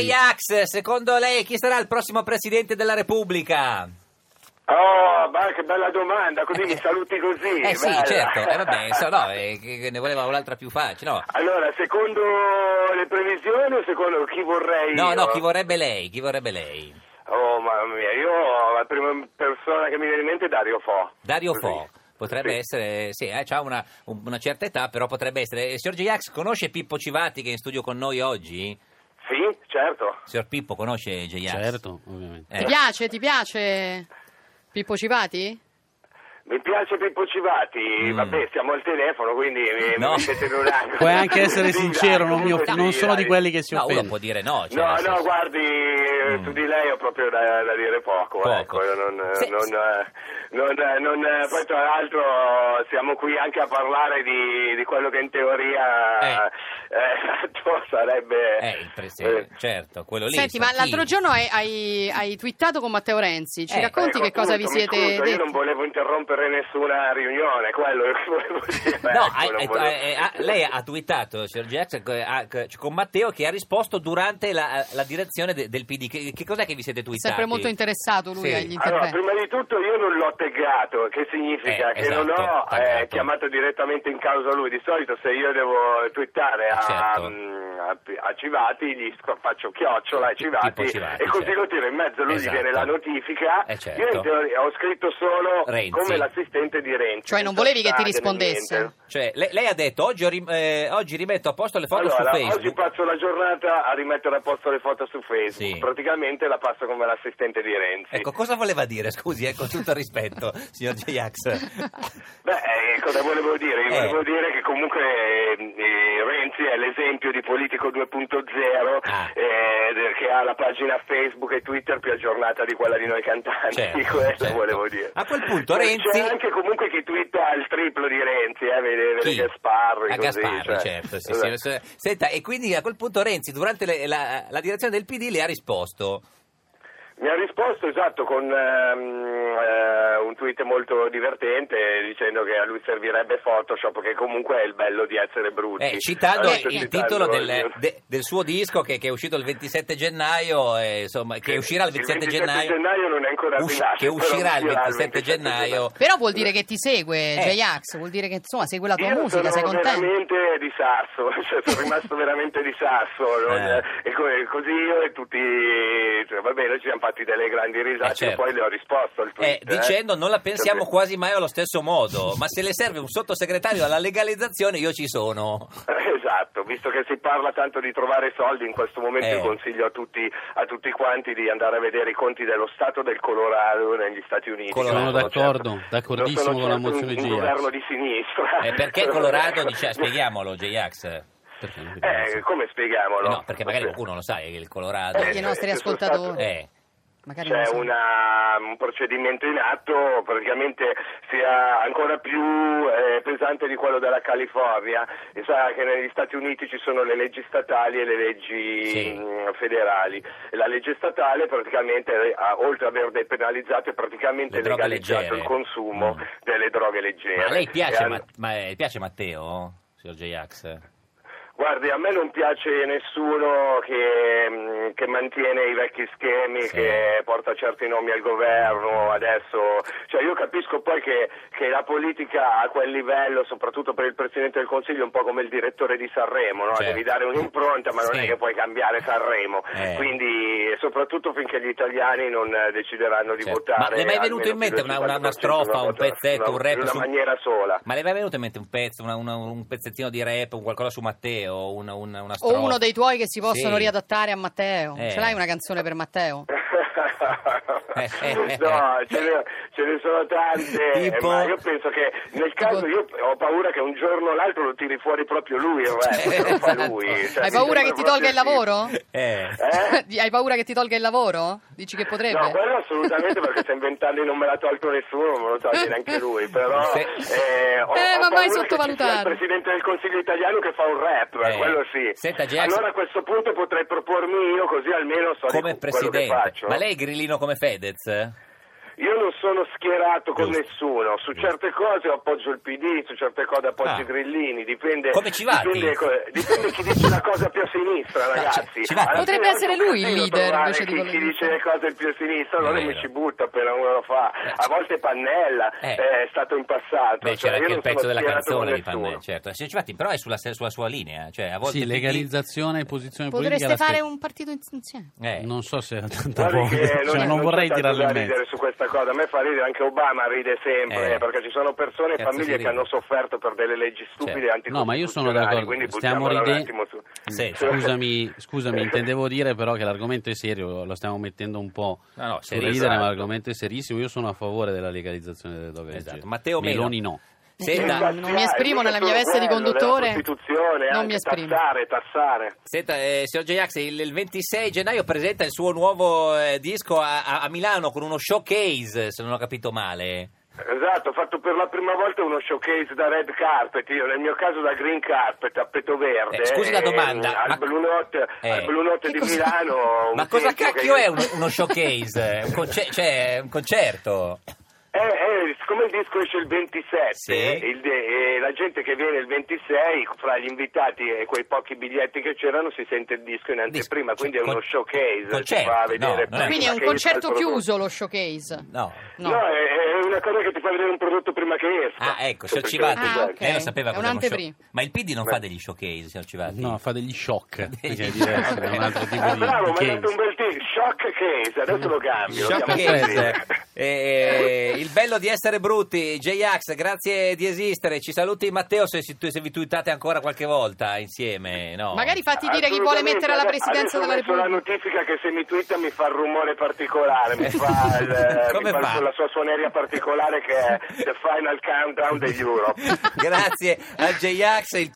J-Ax, secondo lei chi sarà il prossimo presidente della Repubblica? Oh, ma che bella domanda, così mi saluti così. Eh sì, bella. certo, eh, vabbè, so, no, eh, che- che ne voleva un'altra più facile, no? Allora, secondo le previsioni o secondo chi vorrei No, io? no, chi vorrebbe lei? Chi vorrebbe lei? Oh, mamma mia, io la prima persona che mi viene in mente è Dario Fo. Dario Così. Fo. Potrebbe Sì. essere, sì, eh, ha una, un- una certa età, però potrebbe essere. Eh, Signor J-Ax, conosce Pippo Civati che è in studio con noi oggi? Sì, certo. Signor Pippo conosce J-Ax? Certo, ovviamente. Eh, Ti piace, ti piace Pippo Civati? Mi piace Pippo Civati, Mm. vabbè, siamo al telefono, quindi mi, No. mi siete in un angolo. Puoi anche essere Sì, sincero, dai, non, mi off- sì, non sono dai. di quelli che si no, uno può offendono. dire no. cioè, No, nel no, senso- Mm. guardi, eh, su di lei ho proprio da, da dire poco, Poco. ecco, io non, eh, Se- non, eh, non, eh, non, eh, poi tra l'altro siamo qui anche a parlare di, di quello che in Eh. teoria eh, sarebbe... Eh, il presi- eh, certo, quello lì. Senti, ma sa chi. l'altro giorno hai, hai, hai twittato con Matteo Renzi, ci Eh, racconti ecco, che cosa vi appunto, mi siete scuso, Io non detti? volevo interrompere nessuna riunione, quello che volevo dire. No, ecco, hai- non eh, volevo- eh, ah, lei ha twittato, signor Jackson, eh, ah, c- con Matteo che ha risposto durante la, la direzione de- del PD. Che, che cos'è che vi siete twittati? Sempre molto interessato lui Sì. agli Allora, interventi. prima di tutto io non l'ho teggato, che significa Eh, che esatto, non ho eh, tagato. chiamato direttamente in causa lui. Di solito se io devo twittare a, Certo. mm, a- a Civati, gli sc- faccio chiocciola a Civati, Tipo Civati, e così certo. lo tiro in mezzo, lui Esatto. gli viene la notifica. Eh, certo. Io in teoria ho scritto solo Renzi. come l'assistente di Renzi. Cioè, non volevi che sostanza, ti né rispondesse? niente. Cioè, lei, lei ha detto oggi, ho rim- eh, oggi rimetto a posto le foto Allora, su oggi Facebook. passo la giornata a rimettere a posto le foto su Facebook. Sì. Praticamente la passo come l'assistente di Renzi. Ecco, cosa voleva dire? Scusi, eh, con tutto il rispetto, signor J-Ax. Beh, eh, cosa volevo dire? Io Eh. Volevo dire che comunque eh, eh, Renzi è l'esempio di politico 2.0 Ah. eh, del- che ha la pagina Facebook e Twitter più aggiornata di quella di noi Certo, cantanti, questo certo. volevo dire. A quel punto C'è- Renzi- C'è anche comunque chi twitta il triplo di Renzi, eh, vede, vede Chi? Gasparri. a così, Gasparri, cioè. certo. sì, sì. Senta, e quindi a quel punto Renzi, durante le- la, la direzione del PD, le ha risposto. Mi ha risposto esatto con ehm, eh, un tweet molto divertente dicendo che a lui servirebbe Photoshop che comunque è il bello di essere brutti. Eh, citando Adesso il citando titolo del, il- de- del suo disco che, che è uscito il 27 gennaio, eh, insomma, che uscirà il 27, gennaio, non è ancora Usci- arrivato, che però uscirà il 27 gennaio. Però vuol dire che ti segue Eh. J-Ax, vuol dire che insomma segue la tua Io musica, sono sei contento? veramente di sasso, cioè, sono rimasto veramente di sasso, non- Eh. e co- così io e tutti, cioè, va bene, ci siamo fatti delle grandi risate Eh, certo. Esatto, e poi le ho risposto al Eh, tweet. eh. dicendo non la pensiamo Cioè, quasi mai allo stesso modo, ma se le serve un sottosegretario alla legalizzazione io ci sono. Esatto, visto che si parla tanto di trovare soldi, in questo momento Eh. io consiglio a tutti, a tutti quanti di andare a vedere i conti dello Stato del Colorado negli Stati Uniti. Colorado. Non Sono d'accordo, certo- d'accordissimo non sono con la certo mozione un, un Gia. governo di sinistra. Eh, perché Colorado dice, eh, "Ah, spieghiamolo J-Ax. Perché non Eh, come Eh spiegamolo? no, perché magari qualcuno lo sa, che il Colorado... Eh, Perché i nostri ci sono ascoltatori. Eh. Magari non lo C'è so. una- un procedimento in atto praticamente sia ancora più eh, pesante di quello della California. E sa che negli Stati Uniti ci sono le leggi statali e le leggi Sì. mh, federali. E la legge statale praticamente, eh, ha- oltre ad aver depenalizzato, è praticamente Le droghe legalizzato leggere. il consumo Mm. delle droghe leggere. Ma a lei E piace, hanno- Ma- ma- eh, piace Matteo, signor J-Ax? Guardi, a me non piace nessuno che, mh, che mantiene i vecchi schemi, Sì. che porta certi nomi al governo adesso. Cioè, io capisco poi che, che la politica a quel livello, soprattutto per il Presidente del Consiglio, è un po' come il direttore di Sanremo, no? Certo. devi dare un'impronta ma non Sì. è che puoi cambiare Sanremo. Eh. Quindi, soprattutto finché gli italiani non eh, decideranno di Certo. votare. Ma le è mai venuto almeno in mente fino una, al una- una 50% strofa, un vota- pezzetto, un una- rap? In una su- maniera sola. Ma le è mai venuto in mente un pezzo, una- una- un pezzettino di rap, un qualcosa su Matteo, una, una, una strofa? O uno dei tuoi che si possono Sì. riadattare a Matteo. Eh. Ce l'hai una canzone per Matteo? eh, no, ce ne, ce ne sono tante, Tipo? ma io penso che nel caso io ho paura che un giorno o l'altro lo tiri fuori proprio lui Cioè, il rap, lo fa lui. Cioè, Hai mi sembra paura che ti proprio tolga il sì. lavoro? Eh. Eh? Hai paura che ti tolga il lavoro? Dici che potrebbe? No, quello assolutamente perché se in vent'anni non me l'ha tolto nessuno, non me lo toglie neanche lui, però Se- eh, ho, Eh, ho ma mai paura che ci sia sottovalutato. il Presidente del Consiglio italiano che fa un rap, Eh. quello sì. Senta, Jackson- allora a questo punto potrei propormi io così almeno so di Come quello che presidente, faccio. ma lei è grillino come Fedez? Io non sono schierato con Giusto. nessuno, su certe cose appoggio il PD, su certe cose appoggio Ah. i grillini, dipende... Come Civati. Dipende, co- dipende chi dice la cosa più a Ah, sinistra, ragazzi. Civati. Alla Potrebbe fine essere non è lui il cattivo leader, trovare invece di chi, quello chi di dice le sinistra. cose più a sinistra, allora È mi vero. ci butta appena uno lo fa. A volte Pannella Eh. eh, è stato in passato. Beh, cioè, c'era io anche non il pezzo sono della schierato con canzone di nessuno. Pannella, certo. Signor Civati, però è sulla, sulla sua linea, cioè a volte Sì, il PD legalizzazione e posizione politica. Potreste Eh, la fare spe- un partito in- insieme. Eh. Non so se ha tanta Guardi voglia, che cioè, non, c'è vorrei tanto tirarle da in mezzo. ridere su questa cosa, a me fa ridere anche Obama ride sempre, Eh. eh, perché ci sono persone e Cazzo si famiglie che ride. hanno sofferto per delle leggi stupide e Certo. No, ma io sono anticostituzionali, d'accordo. quindi Stiamo buttiamola un ridendo. attimo su- Sì, Eh. Scusami, scusami, intendevo dire però che l'argomento è serio, lo stiamo mettendo un po' No, no, sul serissimo. ridere, ma l'argomento è serissimo. Io sono a favore della legalizzazione delle droghe. Esatto. leggere. Matteo Melo. Meloni no. Senta, Non- non mi esprimo nella mia veste di Quello della conduttore. Costituzione, Non anche mi esprimo. Tassare, tassare. Senta, eh, signor J-Ax, il, il 26 gennaio presenta il suo nuovo eh, disco a, a- a Milano con uno showcase, se non ho capito male. Esatto, ho fatto per la prima volta uno showcase da red carpet, io nel mio caso da green carpet, tappeto verde. Eh, scusi la e, domanda, mm, Al, ma- Blue Note, Eh. al Blue Note Che di cosa- Milano. un Ma cosa tizio che- cacchio è uno, uno showcase? un conce- cioè, un concerto? Eh, eh, siccome il disco esce il 27, Sì. il de- eh, la gente che viene il 26, fra gli invitati e quei pochi biglietti che c'erano, si sente il disco in anteprima, Disco, cioè, quindi è con- uno showcase. concerto, si fa no, vedere Eh. non è- Quindi è un prima che esca il concerto prodotto. chiuso lo showcase. No. No, No. è, è una cosa che ti fa vedere un prodotto prima che esca. Cioè, Ah, ecco, signor Semplicemente Civati, Ah, quello. ok. lei lo sapeva È cos'era uno un'anteprima. show- Ma il PD non fa degli showcase, signor Civati? No, fa degli shock, perché è shock. diverso, è un altro tipo Ah, di, bravo, di mi hai dato case. un bel tip. Shock case, adesso lo cambio. Shock Siamo case. seri. Eh, eh, il bello di essere brutti, J-Ax, grazie di esistere. Ci saluti Matteo se, si- se vi tuitate ancora qualche volta insieme. No. Magari fatti dire chi vuole Assolutamente, mettere alla adesso- presidenza della adesso ho messo Repubblica. la notifica che se mi twitta mi fa il rumore particolare, mi fa, il, eh, Come mi fa il- fa? la sua suoneria particolare che è The Final Countdown degli Europe. grazie a J-Ax. il